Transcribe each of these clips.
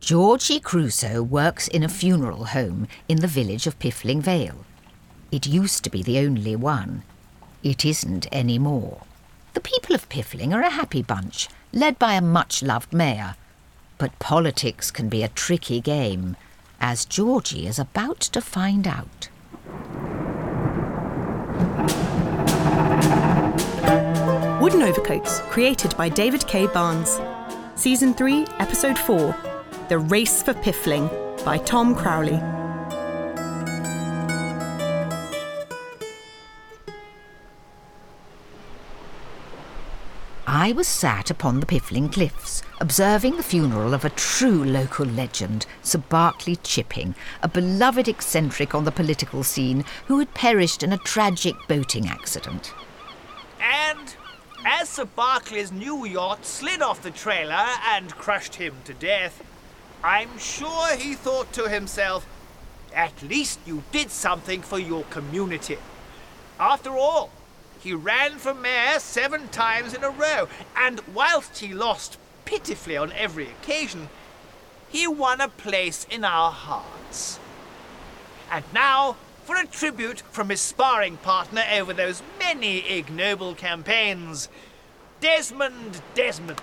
Georgie Crusoe works in a funeral home in the village of Piffling Vale. It used to be the only one. It isn't any more. The people of Piffling are a happy bunch, led by a much loved mayor. But politics can be a tricky game, as Georgie is about to find out. Wooden Overcoats, created by David K. Barnes. Season 3, Episode 4 The Race for Piffling by Tom Crowley. I was sat upon the Piffling cliffs, observing the funeral of a true local legend, Sir Barclay Chipping, a beloved eccentric on the political scene who had perished in a tragic boating accident. And as Sir Barclay's new yacht slid off the trailer and crushed him to death, I'm sure he thought to himself, at least you did something for your community. After all, he ran for mayor seven times in a row, and whilst he lost pitifully on every occasion, he won a place in our hearts. And now for a tribute from his sparring partner over those many ignoble campaigns, Desmond Desmond.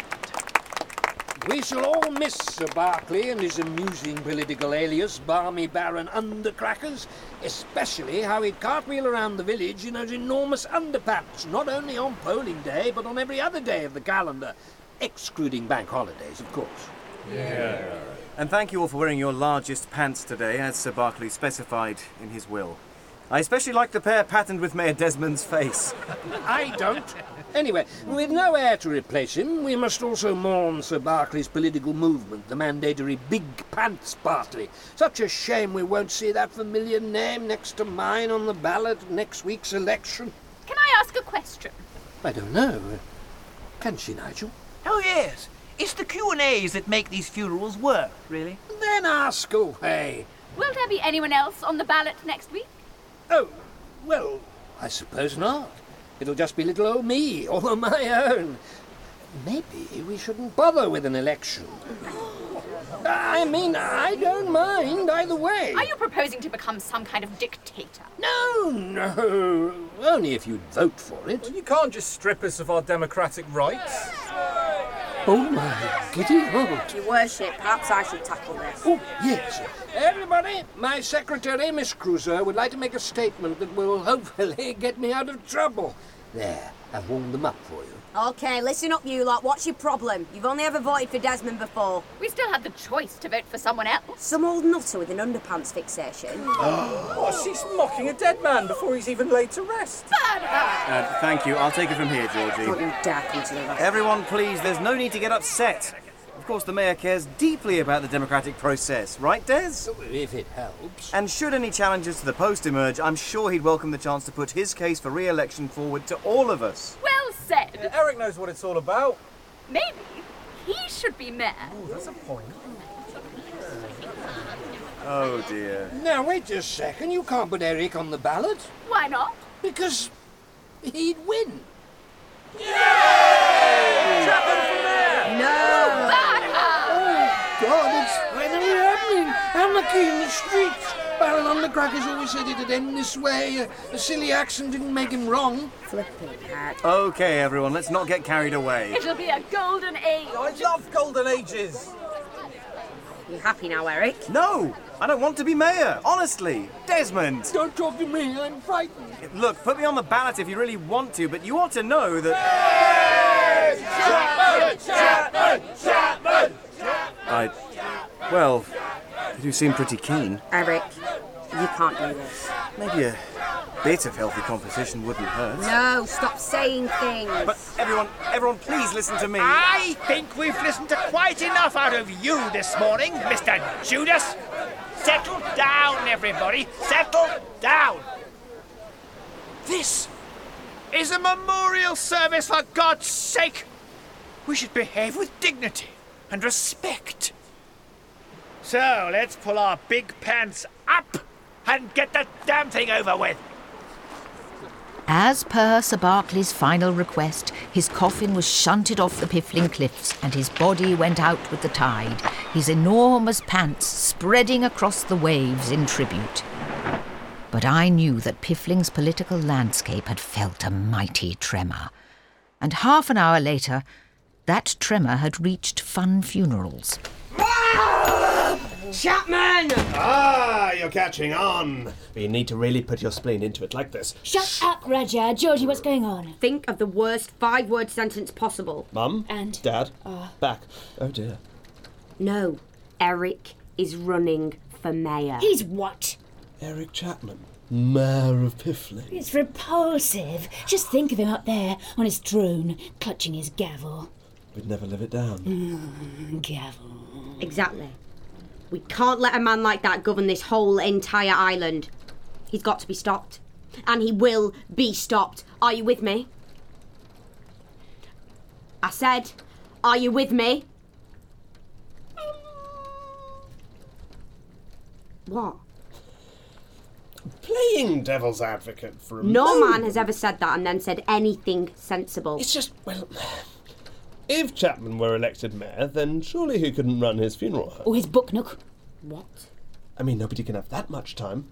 We shall all miss Sir Barclay and his amusing political alias, Barmy Baron Undercrackers, especially how he'd cartwheel around the village in those enormous underpants, not only on polling day, but on every other day of the calendar, excluding bank holidays, of course. Yeah. And thank you all for wearing your largest pants today, as Sir Barclay specified in his will. I especially like the pair patterned with Mayor Desmond's face. I don't. Anyway, with no heir to replace him, we must also mourn Sir Barclay's political movement, the mandatory Big Pants Party. Such a shame we won't see that familiar name next to mine on the ballot at next week's election. Can I ask a question? I don't know. Can she, Nigel? Oh, yes. It's the Q&As that make these funerals work, really. Then ask away. Will there be anyone else on the ballot next week? Oh, well, I suppose not. It'll just be little old me, all on my own. Maybe we shouldn't bother with an election. I mean, I don't mind either way. Are you proposing to become some kind of dictator? No, no. Only if you'd vote for it. Well, you can't just strip us of our democratic rights. Oh my giddy heart. Your worship, perhaps I should tackle this. Oh, yes. Everybody, my secretary, Miss Crusoe, would like to make a statement that will hopefully get me out of trouble. There, I've warmed them up for you. Okay, listen up, you lot. What's your problem? You've only ever voted for Desmond before. We still had the choice to vote for someone else. Some old nutter with an underpants fixation. Oh, she's mocking a dead man before he's even laid to rest. Uh, thank you. I'll take it from here, Don't Georgie. you dare come to the rescue. Everyone, please, there's no need to get upset. Of course, the mayor cares deeply about the democratic process, right, Des? If it helps. And should any challenges to the post emerge, I'm sure he'd welcome the chance to put his case for re election forward to all of us. Well Uh, said. Eric knows what it's all about. Maybe he should be mayor. That's a point. Oh dear. Now, wait a second. You can't put Eric on the ballot Why not? because he'd win. No! God, it's finally happening. I'm looking in the streets. Baron Undercrackers always said it'd end this way. A silly accent didn't make him wrong. Flipping heck. Okay, everyone, let's not get carried away. It'll be a golden age. I love golden ages. You happy now, Eric? No! I don't want to be mayor, honestly! Desmond! Don't talk to me. I'm frightened. Look, put me on the ballot if you really want to, but you ought to know that. I. Well, you seem pretty keen. Eric, you can't do this. Maybe a bit of healthy competition wouldn't hurt. No, stop saying things. But everyone, everyone, please listen to me. I think we've listened to quite enough out of you this morning, Mr. Judas. Settle down, everybody. Settle down. This is a memorial service, for God's sake. We should behave with dignity and respect. So let's pull our big pants up and get the damn thing over with. As per Sir Barclay's final request, his coffin was shunted off the Piffling cliffs and his body went out with the tide, his enormous pants spreading across the waves in tribute. But I knew that Piffling's political landscape had felt a mighty tremor. And half an hour later, that tremor had reached Fun Funerals. Chapman! Ah, you're catching on. But you need to really put your spleen into it like this. Shut up, Roger. Georgie, what's going on? Think of the worst five word sentence possible. Mum? And? Dad? uh, Back. Oh dear. No, Eric is running for mayor. He's what? Eric Chapman, Mayor of Piffling. It's repulsive. Just think of him up there on his throne, clutching his gavel. Mm, We'd never live it down. Gavel. Exactly. We can't let a man like that govern this whole entire island. He's got to be stopped. And he will be stopped. Are you with me? I said, are you with me? What? Playing devil's advocate for a No moment. man has ever said that and then said anything sensible. It's just, well. If Chapman were elected mayor, then surely he couldn't run his funeral home. Or oh, his book nook. What? I mean, nobody can have that much time.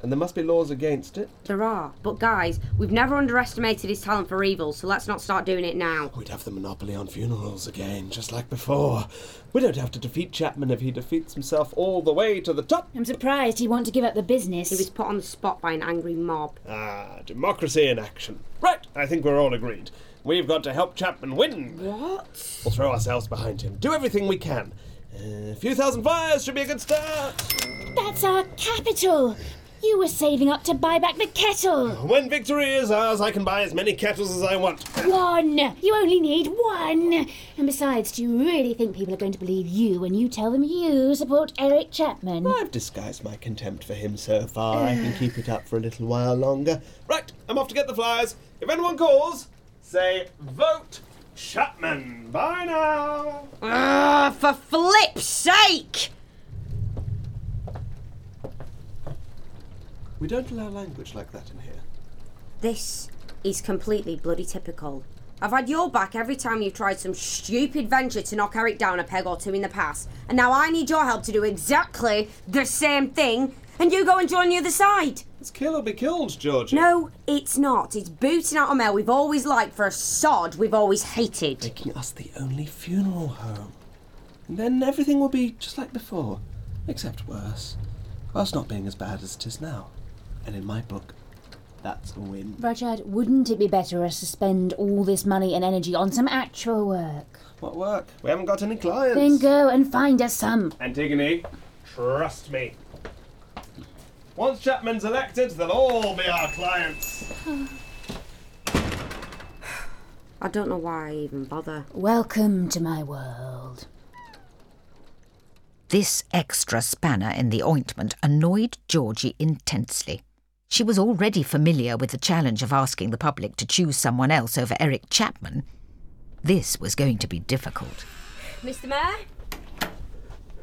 And there must be laws against it. There are. But guys, we've never underestimated his talent for evil, so let's not start doing it now. We'd have the monopoly on funerals again, just like before. We don't have to defeat Chapman if he defeats himself all the way to the top. I'm surprised he won't to give up the business. He was put on the spot by an angry mob. Ah, democracy in action. Right, I think we're all agreed. We've got to help Chapman win. What? We'll throw ourselves behind him, do everything we can. Uh, a few thousand fires should be a good start. That's our capital. You were saving up to buy back the kettle. When victory is ours, I can buy as many kettles as I want. One. You only need one. And besides, do you really think people are going to believe you when you tell them you support Eric Chapman? I've disguised my contempt for him so far. I can keep it up for a little while longer. Right, I'm off to get the flyers. If anyone calls, say vote Chapman. Bye now. Ugh, Ah, for flip's sake! We don't allow language like that in here. This is completely bloody typical. I've had your back every time you've tried some stupid venture to knock Eric down a peg or two in the past, and now I need your help to do exactly the same thing, and you go and join the other side. It's kill or be killed, Georgie. No, it's not. It's booting out a male we've always liked for a sod we've always hated. Making us the only funeral home. And then everything will be just like before, except worse. Whilst not being as bad as it is now. And in my book, that's a win. Rudyard, wouldn't it be better us to spend all this money and energy on some actual work? What work? We haven't got any clients. Then go and find us some. Antigone, trust me. Once Chapman's elected, they'll all be our clients. I don't know why I even bother. Welcome to my world. This extra spanner in the ointment annoyed Georgie intensely. She was already familiar with the challenge of asking the public to choose someone else over Eric Chapman. This was going to be difficult. Mr. Mayor?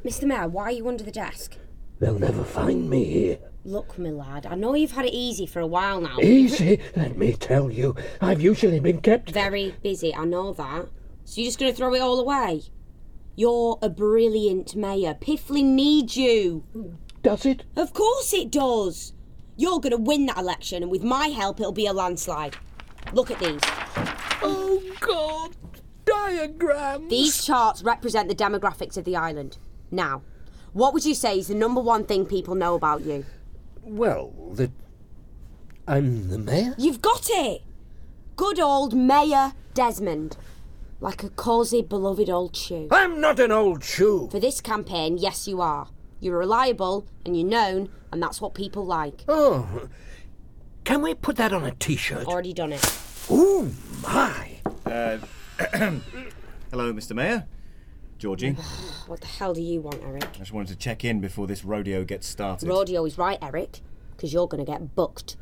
Mr. Mayor, why are you under the desk? They'll never find me here. Look, my lad, I know you've had it easy for a while now. Easy, let me tell you. I've usually been kept. Very busy, I know that. So you're just going to throw it all away? You're a brilliant mayor. Piffling needs you. Does it? Of course it does. You're going to win that election, and with my help, it'll be a landslide. Look at these. Oh, God. Diagram. These charts represent the demographics of the island. Now, what would you say is the number one thing people know about you? Well, that I'm the mayor? You've got it! Good old Mayor Desmond. Like a cosy, beloved old shoe. I'm not an old shoe. For this campaign, yes, you are. You're reliable and you're known, and that's what people like. Oh. Can we put that on a t shirt? Already done it. Oh, my. Uh, Hello, Mr. Mayor. Georgie, What the hell do you want, Eric? I just wanted to check in before this rodeo gets started. Rodeo is right, Eric, because you're going to get booked.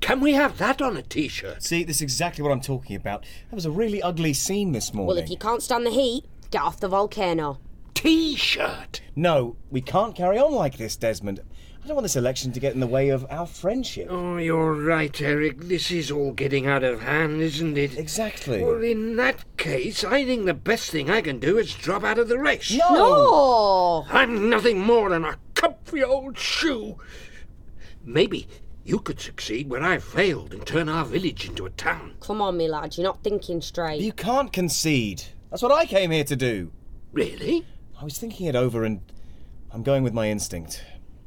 Can we have that on a t shirt? See, this is exactly what I'm talking about. That was a really ugly scene this morning. Well, if you can't stand the heat, get off the volcano. T shirt. No, we can't carry on like this, Desmond. I don't want this election to get in the way of our friendship. Oh, you're right, Eric. This is all getting out of hand, isn't it? Exactly. Well, in that case, I think the best thing I can do is drop out of the race. No! No! I'm nothing more than a comfy old shoe. Maybe you could succeed where I failed and turn our village into a town. Come on, me lad, you're not thinking straight. You can't concede. That's what I came here to do. Really? I was thinking it over and I'm going with my instinct.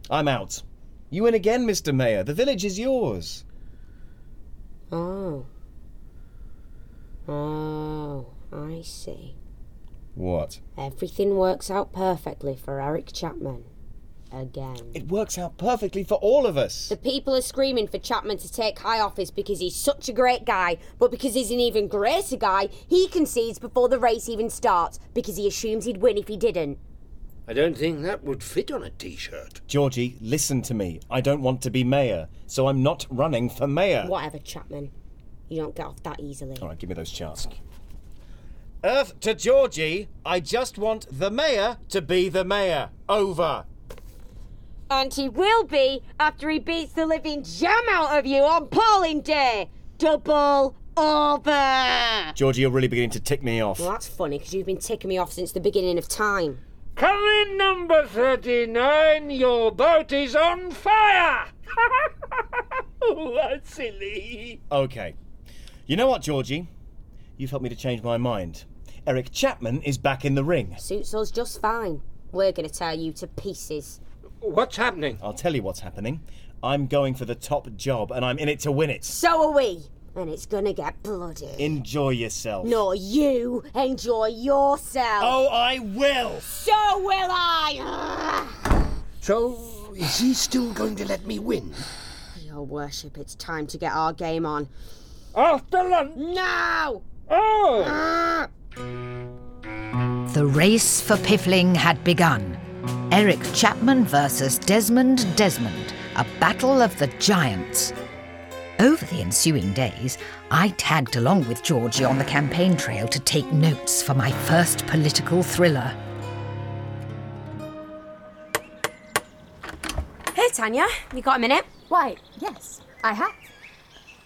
I'm out. You in again, Mr. Mayor. The village is yours. Oh. Oh, I see. What? Everything works out perfectly for Eric Chapman. Again. It works out perfectly for all of us. The people are screaming for Chapman to take high office because he's such a great guy, but because he's an even greater guy, he concedes before the race even starts because he assumes he'd win if he didn't. I don't think that would fit on a t shirt. Georgie, listen to me. I don't want to be mayor, so I'm not running for mayor. Whatever, Chapman. You don't get off that easily. Oh. All right, give me those charts. Earth to Georgie, I just want the mayor to be the mayor. Over. And he will be after he beats the living jam out of you on polling day. Double over. Georgie, you're really beginning to tick me off. Well, that's funny because you've been ticking me off since the beginning of time. Come in, number 39. Your boat is on fire. oh, that's silly. Okay. You know what, Georgie? You've helped me to change my mind. Eric Chapman is back in the ring. Suits us just fine. We're going to tear you to pieces. What's happening? I'll tell you what's happening. I'm going for the top job and I'm in it to win it. So are we. And it's going to get bloody. Enjoy yourself. No, you enjoy yourself. Oh, I will. So will I. So, is he still going to let me win? Your Oh, worship, it's time to get our game on. After lunch? No! Ah. Oh! The race for Piffling had begun. Eric Chapman versus Desmond Desmond, a battle of the giants. Over the ensuing days, I tagged along with Georgie on the campaign trail to take notes for my first political thriller. Hey, Tanya, you got a minute? Why, yes, I have.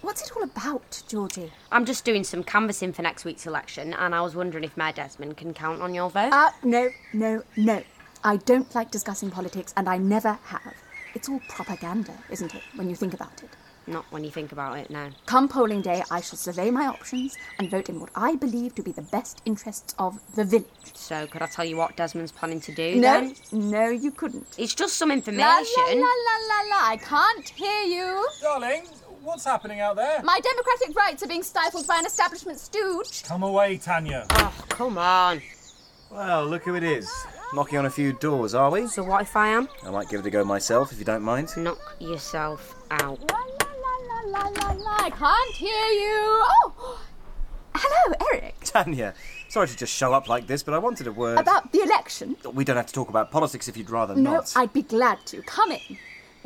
What's it all about, Georgie? I'm just doing some canvassing for next week's election, and I was wondering if Mayor Desmond can count on your vote. Uh, no, no, no. I don't like discussing politics, and I never have. It's all propaganda, isn't it, when you think about it? Not when you think about it, no. Come polling day, I shall survey my options and vote in what I believe to be the best interests of the village. So, could I tell you what Desmond's planning to do No, then? no, you couldn't. It's just some information. La, la, la, la, la, la. I can't hear you. Darling, what's happening out there? My democratic rights are being stifled by an establishment stooge. Come away, Tanya. Ah, Come on. Well, look who it is. Knocking on a few doors, are we? So what if I am? I might give it a go myself, if you don't mind. Knock yourself out. La, la, la, la. I can't hear you. Oh, hello, Eric. Tanya, sorry to just show up like this, but I wanted a word. About the election? We don't have to talk about politics if you'd rather no, not. I'd be glad to. Come in.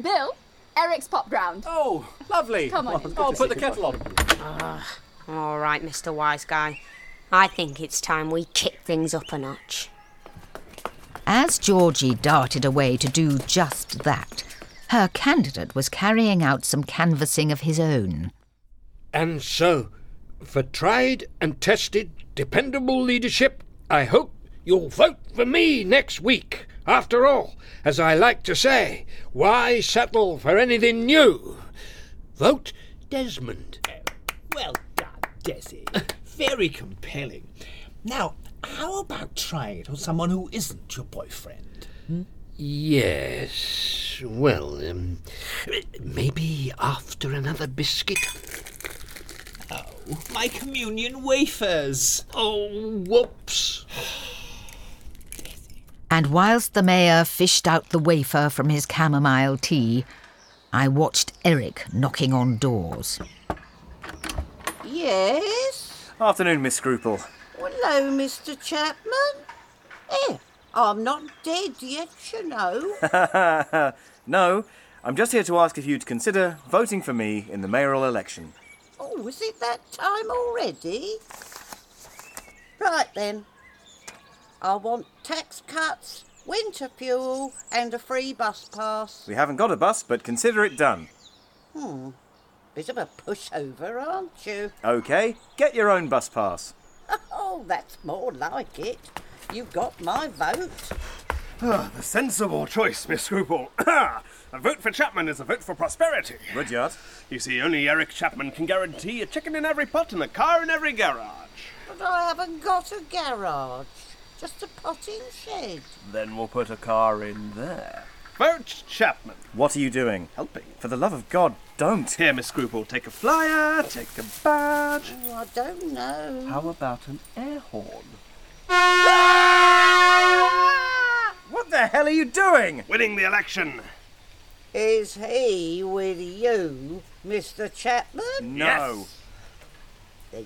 Bill, Eric's popped round. Oh, lovely. Come on in. I'll put the kettle on. All right, Mr. Wise Guy. I think it's time we kick things up a notch. As Georgie darted away to do just that, her candidate was carrying out some canvassing of his own. And so, for tried and tested, dependable leadership, I hope you'll vote for me next week. After all, as I like to say, why settle for anything new? Vote Desmond. Well done, Desi. Very compelling. Now, how about trying it on someone who isn't your boyfriend? Yes. Well, um, maybe after another biscuit. My communion wafers. Oh, whoops. And whilst the mayor fished out the wafer from his chamomile tea, I watched Eric knocking on doors. Yes. Afternoon, Miss Scruple. Well, hello, Mr. Chapman. Here, I'm not dead yet, you know. no, I'm just here to ask if you'd consider voting for me in the mayoral election. Oh, is it that time already? Right then. I want tax cuts, winter fuel, and a free bus pass. We haven't got a bus, but consider it done. Hmm. Bit of a pushover, aren't you? Okay, get your own bus pass. Oh, that's more like it. You've got my vote. Ah, the sensible choice, Miss Scruple. a vote for Chapman is a vote for prosperity. Rudyard? You see, only Eric Chapman can guarantee a chicken in every pot and a car in every garage. But I haven't got a garage, just a potting shed. Then we'll put a car in there. Vote Chapman. What are you doing? Helping. For the love of God, don't. Here, Miss Scruple, take a flyer, take a badge. Oh, I don't know. How about an air horn? What the hell are you doing? Winning the election. Is he with you, Mr. Chapman? Then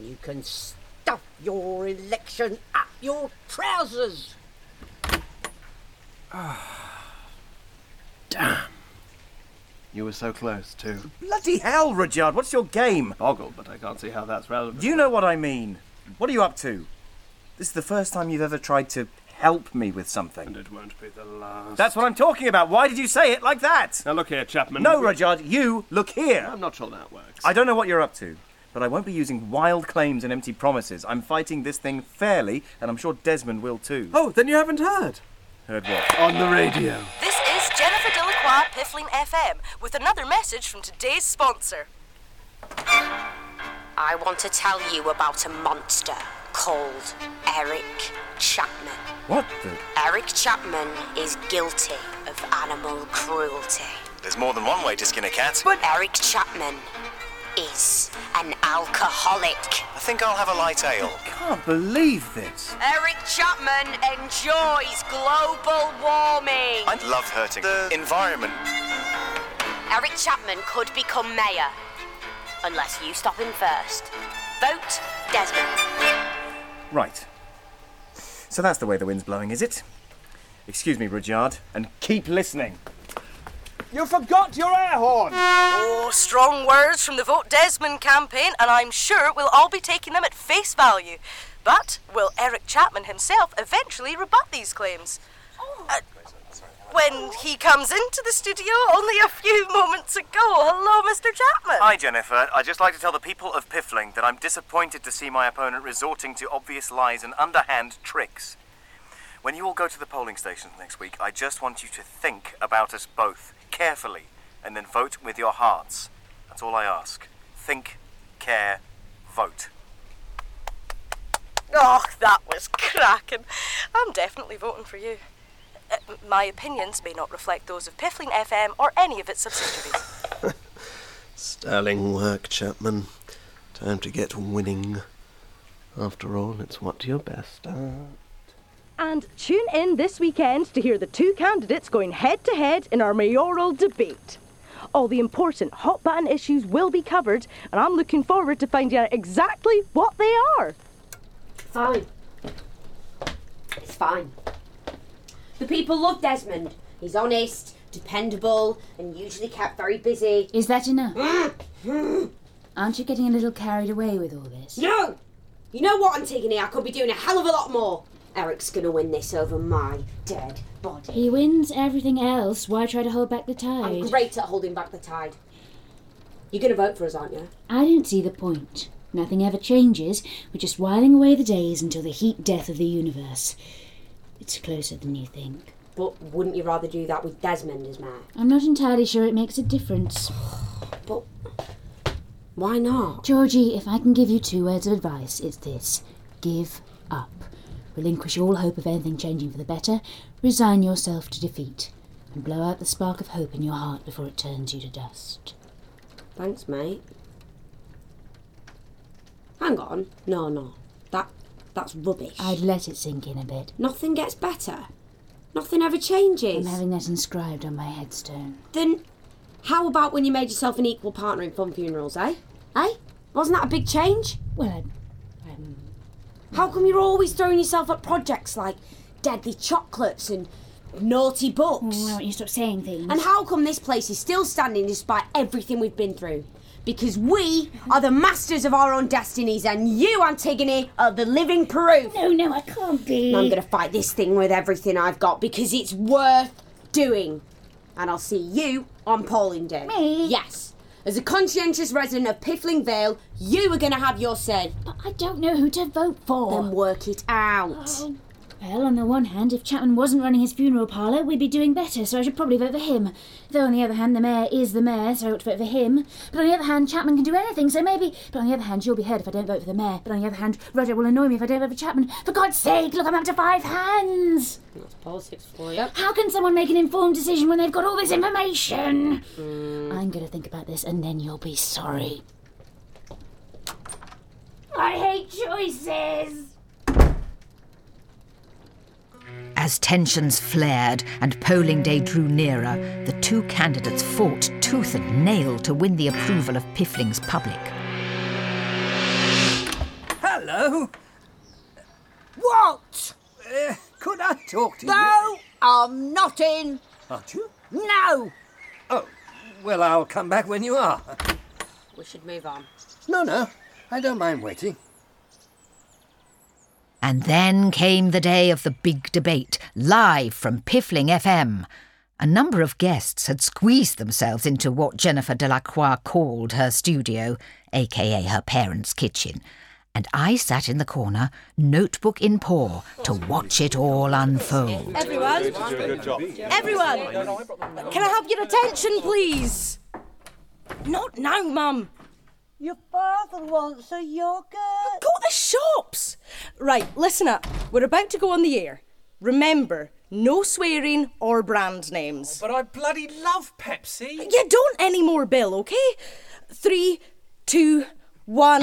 you can stuff your election up your trousers. Damn. You were so close, too. Bloody hell, Rudyard, what's your game? Boggled, but I can't see how that's relevant. You know what I mean. What are you up to? This is the first time you've ever tried to help me with something. And it won't be the last. That's what I'm talking about. Why did you say it like that? Now look here, Chapman. No, Rudyard, you look here. I'm not sure that works. I don't know what you're up to, but I won't be using wild claims and empty promises. I'm fighting this thing fairly, and I'm sure Desmond will too. Oh, then you haven't heard. Heard what? On the radio. This is Jennifer Delacroix, Piffling FM, with another message from today's sponsor. I want to tell you about a monster called Eric Chapman. What the? Eric Chapman is guilty of animal cruelty. There's more than one way to skin a cat. But Eric Chapman is an alcoholic. I think I'll have a light ale. Can't believe this. Eric Chapman enjoys global warming. I love hurting the environment. Eric Chapman could become mayor. Unless you stop him first. Vote Desmond. Right. So that's the way the wind's blowing, is it? Excuse me, Rudyard, and keep listening. You forgot your air horn! Oh, strong words from the Vote Desmond campaign, and I'm sure we'll all be taking them at face value. But will Eric Chapman himself eventually rebut these claims? Uh, when he comes into the studio only a few moments ago. Hello, Mr. Chapman. Hi, Jennifer. I'd just like to tell the people of Piffling that I'm disappointed to see my opponent resorting to obvious lies and underhand tricks. When you all go to the polling stations next week, I just want you to think about us both carefully and then vote with your hearts. That's all I ask. Think, care, vote. Oh, that was cracking. I'm definitely voting for you. Uh, my opinions may not reflect those of Piffling FM or any of its subsidiaries. Sterling work, Chapman. Time to get winning. After all, it's what you're best at. And tune in this weekend to hear the two candidates going head to head in our mayoral debate. All the important hot button issues will be covered, and I'm looking forward to finding out exactly what they are. Fine. It's fine. The people love Desmond. He's honest, dependable, and usually kept very busy. Mm. Is that enough? Aren't you getting a little carried away with all this? No! You know what, Antigone? I could be doing a hell of a lot more. Eric's gonna win this over my dead body. He wins everything else. Why try to hold back the tide? I'm great at holding back the tide. You're gonna vote for us, aren't you? I don't see the point. Nothing ever changes. We're just whiling away the days until the heat death of the universe. It's closer than you think. But wouldn't you rather do that with Desmond as mayor? I'm not entirely sure it makes a difference. But why not? Georgie, if I can give you two words of advice, it's this give up. Relinquish all hope of anything changing for the better, resign yourself to defeat, and blow out the spark of hope in your heart before it turns you to dust. Thanks, mate. Hang on. No, no. That that's rubbish. I'd let it sink in a bit. Nothing gets better. Nothing ever changes. I'm having that inscribed on my headstone. Then how about when you made yourself an equal partner in fun funerals, eh? Eh? Wasn't that a big change? Well, I How come you're always throwing yourself at projects like deadly chocolates and naughty books? Why don't you stop saying things? And how come this place is still standing despite everything we've been through? because we are the masters of our own destinies, and you, Antigone, are the living proof. No, no, I can't be. I'm going to fight this thing with everything I've got because it's worth doing. And I'll see you on polling day. Me? Yes. As a conscientious resident of Piffling Vale, you are going to have your say. But I don't know who to vote for. Then work it out. Well, on the one hand, if Chapman wasn't running his funeral parlour, we'd be doing better, so I should probably vote for him. Though, on the other hand, the mayor is the mayor, so I ought to vote for him. But on the other hand, Chapman can do anything, so maybe. But on the other hand, you'll be hurt if I don't vote for the mayor. But on the other hand, Roger will annoy me if I don't vote for Chapman. For God's sake, look, I'm up to five hands! That's politics for How can someone make an informed decision when they've got all this information? I'm going to think about this, and then you'll be sorry. I hate choices! As tensions flared and polling day drew nearer, the two candidates fought tooth and nail to win the approval of Piffling's public. Hello? What? Uh, could I talk to No, I'm not in. you? Aren't you? No. Oh, well, I'll come back when you are. We should move on. No, no, I don't mind waiting. And then came the day of the big debate, live from Piffling FM. A number of guests had squeezed themselves into what Jennifer Delacroix called her studio, aka her parents' kitchen. And I sat in the corner, notebook in paw, to watch it all unfold. Everyone. Everyone. Can I have your attention, please? Not now, Mum. Your father wants a yogurt. Go to the shops. Right, listen up. We're about to go on the air. Remember, no swearing or brand names. But I bloody love Pepsi. You don't anymore, Bill, okay? Three, two, one.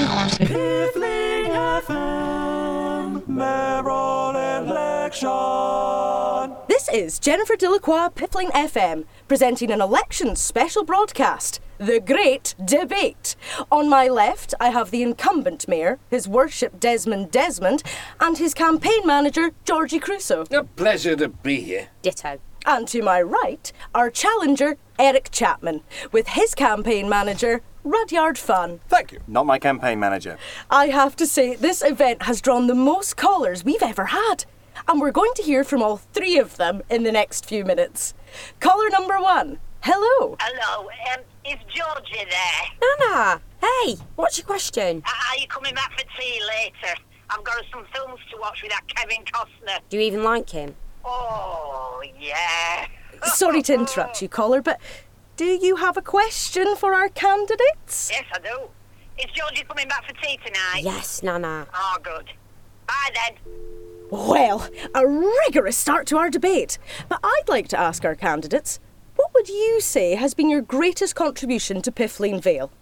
This is Jennifer Delacroix, Piffling FM, presenting an election special broadcast, The Great Debate. On my left, I have the incumbent mayor, his worship Desmond Desmond, and his campaign manager, Georgie Crusoe. Pleasure to be here. Ditto. And to my right, our challenger, Eric Chapman, with his campaign manager, Rudyard Fun. Thank you. Not my campaign manager. I have to say, this event has drawn the most callers we've ever had. And we're going to hear from all three of them in the next few minutes. Caller number one, hello. Hello, um, is Georgie there? Ah, Nana! Ah, Hey, what's your question? Are you coming back for tea later? I've got some films to watch with that Kevin Costner. Do you even like him? Oh, yeah. Sorry to interrupt you, caller, but do you have a question for our candidates? Yes, I do. Is Georgie coming back for tea tonight? Yes, Nana. Oh, good. Bye then. Well, a rigorous start to our debate. But I'd like to ask our candidates what would you say has been your greatest contribution to Piffling Vale?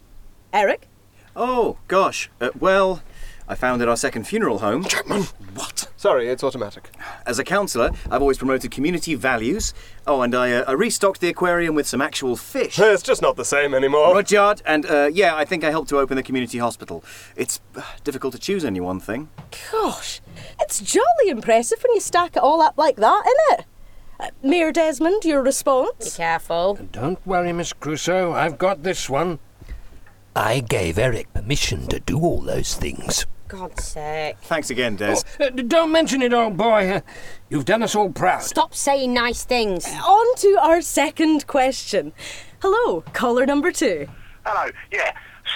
Eric? Oh, gosh. Uh, well, I founded our second funeral home. Chapman! What? Sorry, it's automatic. As a counsellor, I've always promoted community values. Oh, and I, uh, I restocked the aquarium with some actual fish. It's just not the same anymore. Rudyard, and uh, yeah, I think I helped to open the community hospital. It's uh, difficult to choose any one thing. Gosh, it's jolly impressive when you stack it all up like that, isn't it? Uh, Mayor Desmond, your response? Be careful. Don't worry, Miss Crusoe, I've got this one. I gave Eric permission to do all those things. God's sake. Thanks again, Des. Oh, uh, don't mention it, old boy. Uh, You've done us all proud. Stop saying nice things. Uh, On to our second question. Hello, caller number two. Hello, yeah,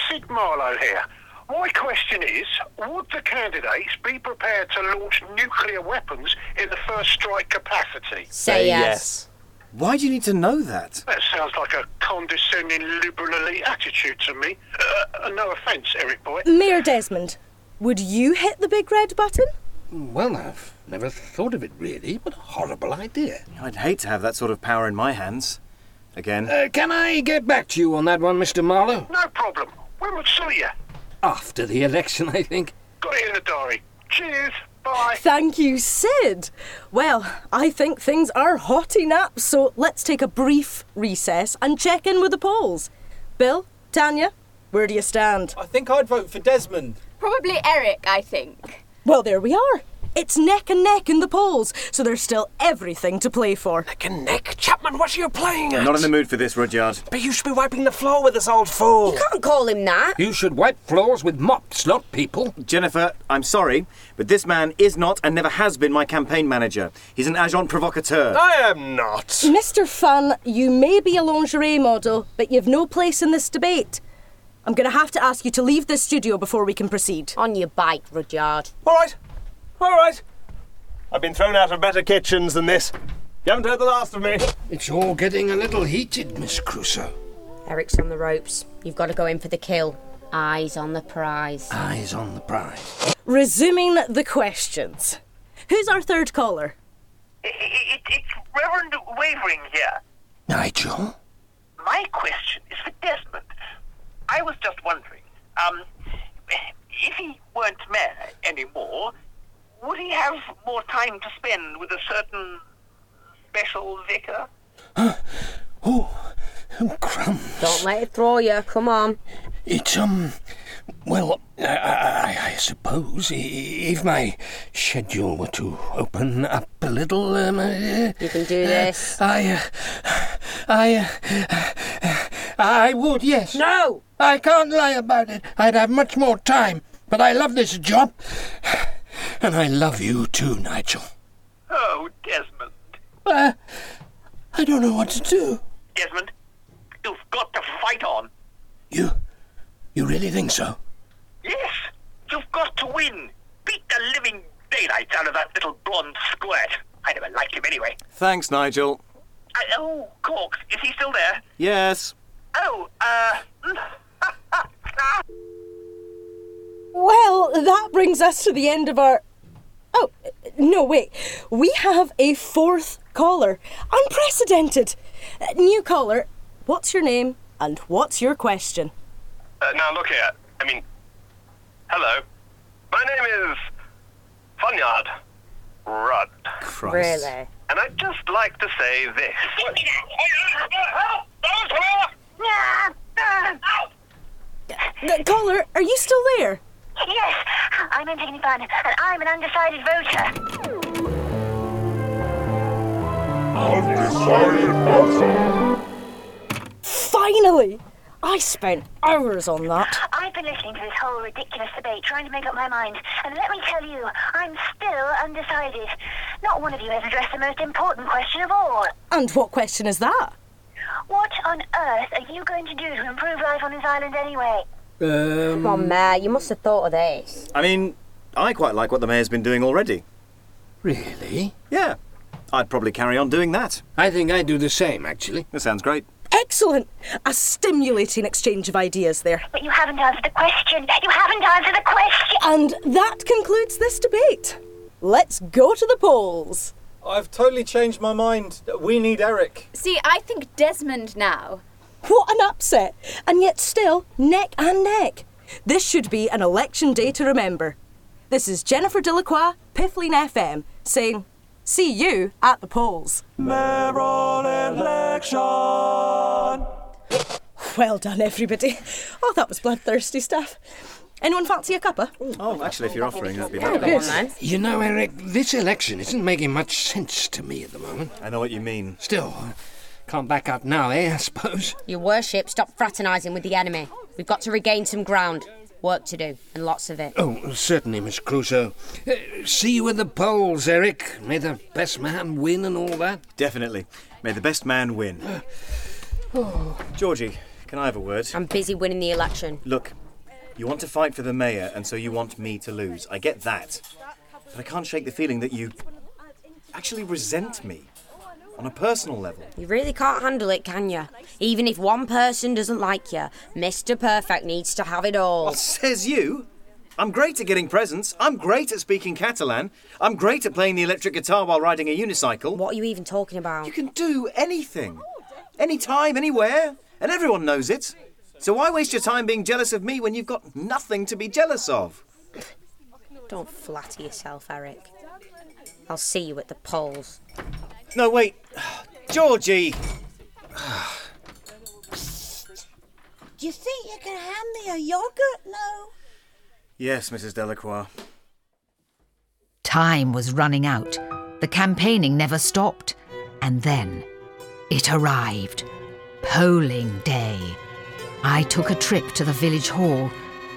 Sid Marlowe here. My question is, would the candidates be prepared to launch nuclear weapons in the first strike capacity? Say yes. Why do you need to know that? That sounds like a condescending liberal elite attitude to me. Uh, no offence, Eric boy. Mayor Desmond, would you hit the big red button? Well, I've never thought of it really. What a horrible idea. I'd hate to have that sort of power in my hands. Again. Uh, can I get back to you on that one, Mr. Marlowe? No problem. When would suit you? After the election, I think. Got it in the diary. Cheers. Bye. Thank you, Sid. Well, I think things are hot enough, so let's take a brief recess and check in with the polls. Bill, Tanya, where do you stand? I think I'd vote for Desmond. Probably Eric, I think. Well, there we are. It's neck and neck in the polls, so there's still everything to play for. Neck and neck? Chapman, what are you playing at? I'm not in the mood for this, Rudyard. But you should be wiping the floor with this old fool. You can't call him that. You should wipe floors with mops, not people. Jennifer, I'm sorry, but this man is not and never has been my campaign manager. He's an agent provocateur. I am not. Mr. Fun, you may be a lingerie model, but you've no place in this debate. I'm going to have to ask you to leave this studio before we can proceed. On your bike, Rudyard. All right. All right. I've been thrown out of better kitchens than this. You haven't heard the last of me. It's all getting a little heated, Miss Crusoe. Eric's on the ropes. You've got to go in for the kill. Eyes on the prize. Eyes on the prize. Resuming the questions. Who's our third caller? Reverend Wavering here. Nigel? My question is for Desmond. I was just wondering, um, if he weren't mayor anymore, would he have more time to spend with a certain special vicar? Oh, crumbs. Don't let it throw you. Come on. It's, um, well, I, I, I suppose i- if my schedule were to open up a little, um, uh, You can do this. I, uh, I, uh, I would, yes. No! I can't lie about it. I'd have much more time, but I love this job. And I love you too, Nigel. Oh, Desmond. Uh, I don't know what to do. Desmond, you've got to fight on. You, you really think so? Yes, you've got to win. Beat the living daylights out of that little blonde squirt. I never liked him anyway. Thanks, Nigel. I, oh, Corks, is he still there? Yes. Oh, uh, Well, that brings us to the end of our. Oh, no, wait. We have a fourth caller. Unprecedented. Uh, New caller, what's your name and what's your question? Uh, now look here. I mean, hello. My name is Funyard Rudd. Christ. Really? And I'd just like to say this. Ah! The caller, are you still there? Yes, I'm Antigone Bunn, and I'm an undecided voter. Finally! I spent hours on that. I've been listening to this whole ridiculous debate, trying to make up my mind, and let me tell you, I'm still undecided. Not one of you has addressed the most important question of all. And what question is that? What on earth are you going to do to improve life on this island anyway? Um, Come on, Mayor. You must have thought of this. I mean, I quite like what the mayor's been doing already. Really? Yeah. I'd probably carry on doing that. I think I do the same, actually. That sounds great. Excellent! A stimulating exchange of ideas there. But you haven't answered the question. You haven't answered the question. And that concludes this debate. Let's go to the polls. I've totally changed my mind. We need Eric. See, I think Desmond now. What an upset! And yet, still, neck and neck. This should be an election day to remember. This is Jennifer Delacroix, Piffling FM, saying, See you at the polls. Well done, everybody. Oh, that was bloodthirsty stuff. Anyone fancy a cuppa? Oh, actually, if you're offering, that'd be Oh, lovely. good. You know, Eric, this election isn't making much sense to me at the moment. I know what you mean. Still, uh, can't back up now, eh, I suppose? Your worship, stop fraternising with the enemy. We've got to regain some ground. Work to do, and lots of it. Oh, certainly, Miss Crusoe. Uh, see you at the polls, Eric. May the best man win and all that. Definitely. May the best man win. Oh. Georgie, can I have a word? I'm busy winning the election. Look, you want to fight for the mayor, and so you want me to lose. I get that. But I can't shake the feeling that you actually resent me on a personal level. You really can't handle it, can you? Even if one person doesn't like you, Mr. Perfect needs to have it all. Oh, Says you. I'm great at getting presents. I'm great at speaking Catalan. I'm great at playing the electric guitar while riding a unicycle. What are you even talking about? You can do anything, anytime, anywhere, and everyone knows it. So why waste your time being jealous of me when you've got nothing to be jealous of? Don't flatter yourself, Eric. I'll see you at the polls. No, wait. Georgie! Do you think you can hand me a yogurt? No. Yes, Mrs. Delacroix. Time was running out. The campaigning never stopped. And then it arrived. Polling day. I took a trip to the village hall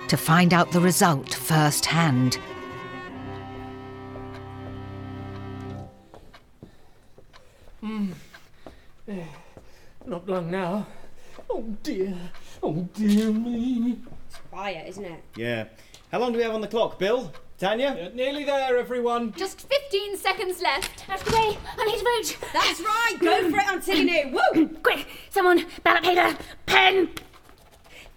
to find out the result firsthand. Mm. Eh, Not long now. Oh dear. Oh dear me. It's quiet, isn't it? Yeah. How long do we have on the clock, Bill? Tanya? Uh, nearly there, everyone. Just 15 seconds left. Out of the way. I need to vote. That's right. Go for it, Antigone. Woo! Quick, someone, ballot paper, pen.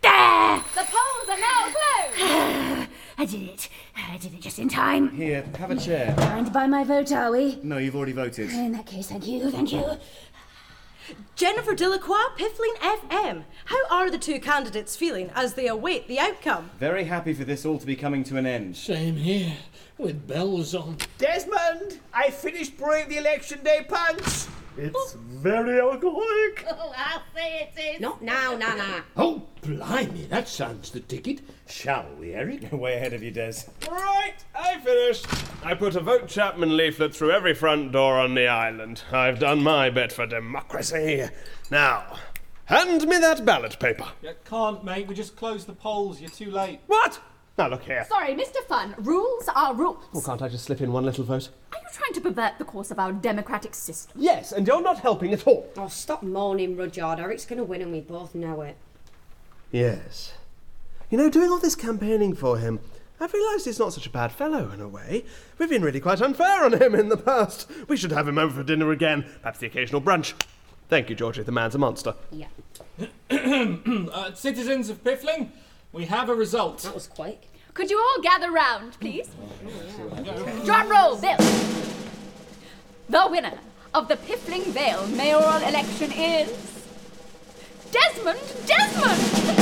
There! The polls are now closed. I did it. I did it just in time. Here, have a chair. Trying to buy my vote, are we? No, you've already voted. In that case, thank you, thank you. Jennifer Delacroix, Piffling FM. How are the two candidates feeling as they await the outcome? Very happy for this all to be coming to an end. Same here, with bells on. Desmond, I finished brewing the election day punch. It's very alcoholic. Oh, I'll say it is. Not now, Nana. Oh, blimey, that sounds the ticket. Shall we, Eric? Way ahead of you, Des. Right, I finished. I put a Vote Chapman leaflet through every front door on the island. I've done my bit for democracy. Now, hand me that ballot paper. You can't, mate. We just closed the polls. You're too late. What? Now look here. Sorry, Mr. Fun. Rules are rules. Oh, can't I just slip in one little vote? Are you trying to pervert the course of our democratic system? Yes, and you're not helping at all. Oh, stop moaning, Rudyard. Eric's going to win and we both know it. Yes. You know, doing all this campaigning for him, I've realised he's not such a bad fellow in a way. We've been really quite unfair on him in the past. We should have him over for dinner again, perhaps the occasional brunch. Thank you, Georgie. The man's a monster. Yeah. uh, citizens of Piffling, we have a result. That was quick. Could you all gather round, please? Drum roll, Bill. The winner of the Piffling Vale mayoral election is. Desmond! Desmond!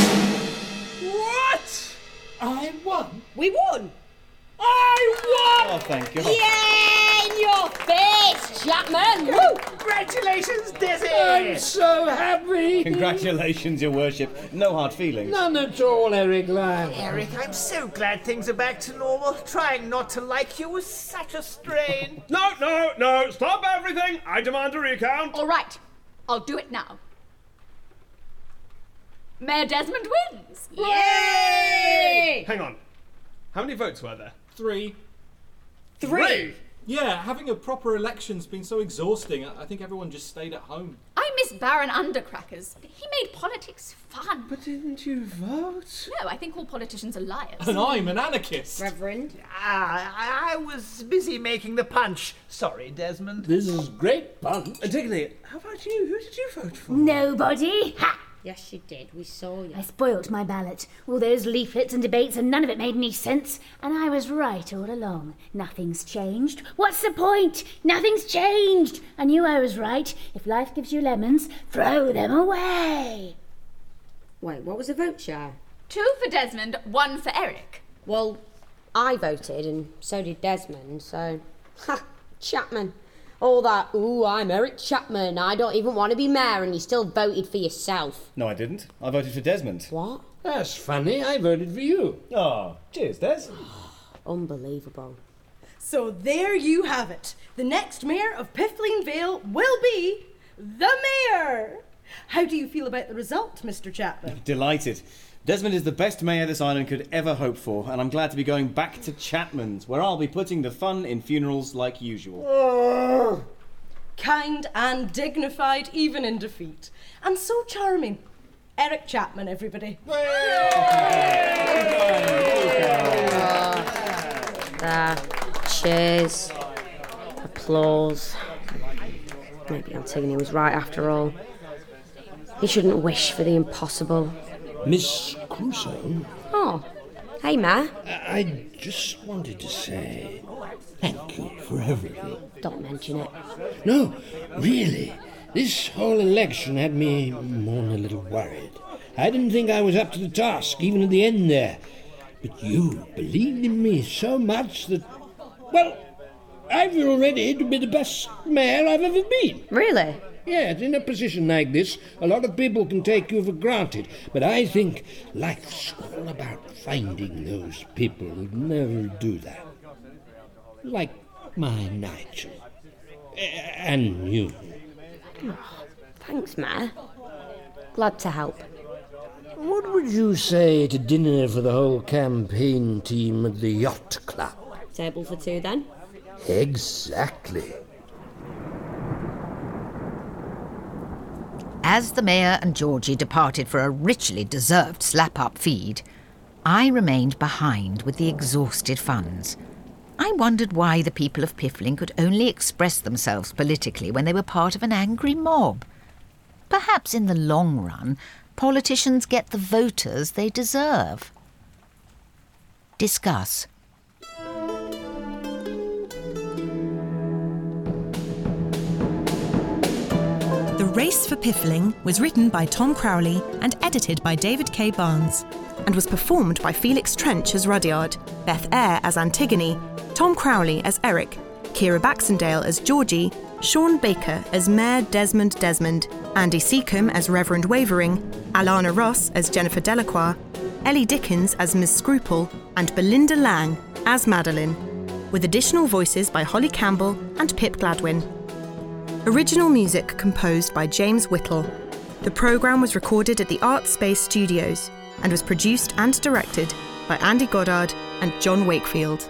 What? I won. We won. I Oh, thank you. Yeah, in your face, Oh, Chapman. Woo. Congratulations, Dizzy! I'm so happy. Congratulations, Your Worship. No hard feelings. None at all, Eric Lyle. Eric, I'm so glad things are back to normal. Trying not to like you was such a strain. No, no, no. Stop everything. I demand a recount. All right, I'll do it now. Mayor Desmond wins. Hang on. How many votes were there? Three. Three? Yeah, having a proper election's been so exhausting. I I think everyone just stayed at home. I miss Baron Undercrackers. He made politics fun. But didn't you vote? No, I think all politicians are liars. And I'm an anarchist. Reverend. Ah, I, I was busy making the punch. Sorry, Desmond. This is great fun. Antigone, Uh, how about you? Who did you vote for? Nobody. Ha! Yes, you did. We saw you. I spoilt my ballot. All those leaflets and debates, and none of it made any sense. And I was right all along. Nothing's changed. What's the point? Nothing's changed. I knew I was right. If life gives you lemons, throw them away. Wait, what was the vote share? Two for Desmond, one for Eric. Well, I voted and so did Desmond, so. Ha! Chapman. All that, ooh, I'm Eric Chapman. I don't even want to be mayor, and you still voted for yourself. No, I didn't. I voted for Desmond. What? That's funny. I voted for you. Oh, cheers, Des. Unbelievable. So there you have it. The next mayor of Piffling Vale will be the mayor. How do you feel about the result, Mr. Chapman? Delighted. Desmond is the best mayor this island could ever hope for, and I'm glad to be going back to Chapman's, where I'll be putting the fun in funerals like usual. Kind and dignified, even in defeat. And so charming. Eric Chapman, everybody. There. Cheers. Applause. Maybe Antigone was right after all. He shouldn't wish for the impossible. Miss Crusoe, Oh, hey, Ma. I just wanted to say thank you for everything. Don't mention it. No, really, this whole election had me more than a little worried. I didn't think I was up to the task, even at the end there. But you believed in me so much that, well, I've already to be the best mayor I've ever been. Really? Yes, in a position like this, a lot of people can take you for granted. But I think life's all about finding those people who'd never do that. Like My Nigel. Eh, And you. Oh, Thanks, Ma. Glad to help. What would you say to dinner for the whole campaign team at the yacht club? Table for two then. Exactly. As the mayor and Georgie departed for a richly deserved slap up feed, I remained behind with the exhausted funds. I wondered why the people of Piffling could only express themselves politically when they were part of an angry mob. Perhaps in the long run, politicians get the voters they deserve. Discuss. The Race for Piffling was written by Tom Crowley and edited by David K. Barnes, and was performed by Felix Trench as Rudyard, Beth Eyre as Antigone, Tom Crowley as Eric, Kira Baxendale as Georgie, Sean Baker as Mayor Desmond Desmond, Andy Seacombe as Reverend Wavering, Alana Ross as Jennifer Delacroix, Ellie Dickens as Miss Scruple, and Belinda Lang as Madeline, with additional voices by Holly Campbell and Pip Gladwin. Original music composed by James Whittle. The programme was recorded at the Art Space Studios and was produced and directed by Andy Goddard and John Wakefield.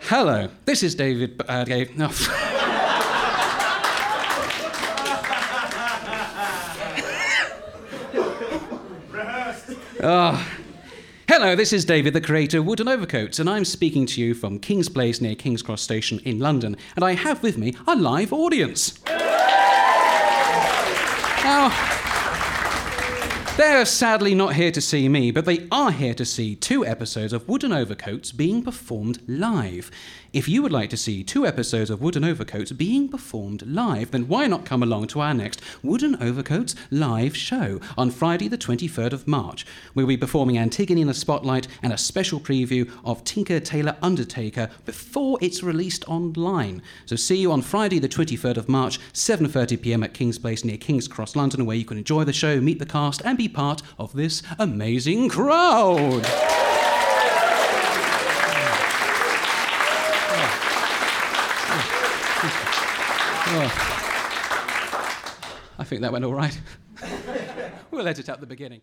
Hello, this is David. B- Uh, Dave, no. Oh. Hello, this is David, the creator of Wooden Overcoats, and I'm speaking to you from King's Place near King's Cross Station in London. And I have with me a live audience. Now, they're sadly not here to see me, but they are here to see two episodes of Wooden Overcoats being performed live. If you would like to see two episodes of Wooden Overcoats being performed live, then why not come along to our next Wooden Overcoats live show on Friday, the 23rd of March? We'll be performing Antigone in the Spotlight and a special preview of Tinker Tailor Undertaker before it's released online. So see you on Friday, the 23rd of March, 7:30 p.m. at King's Place near King's Cross, London, where you can enjoy the show, meet the cast, and be part of this amazing crowd. Oh. Oh. I think that went all right. we'll edit out the beginning.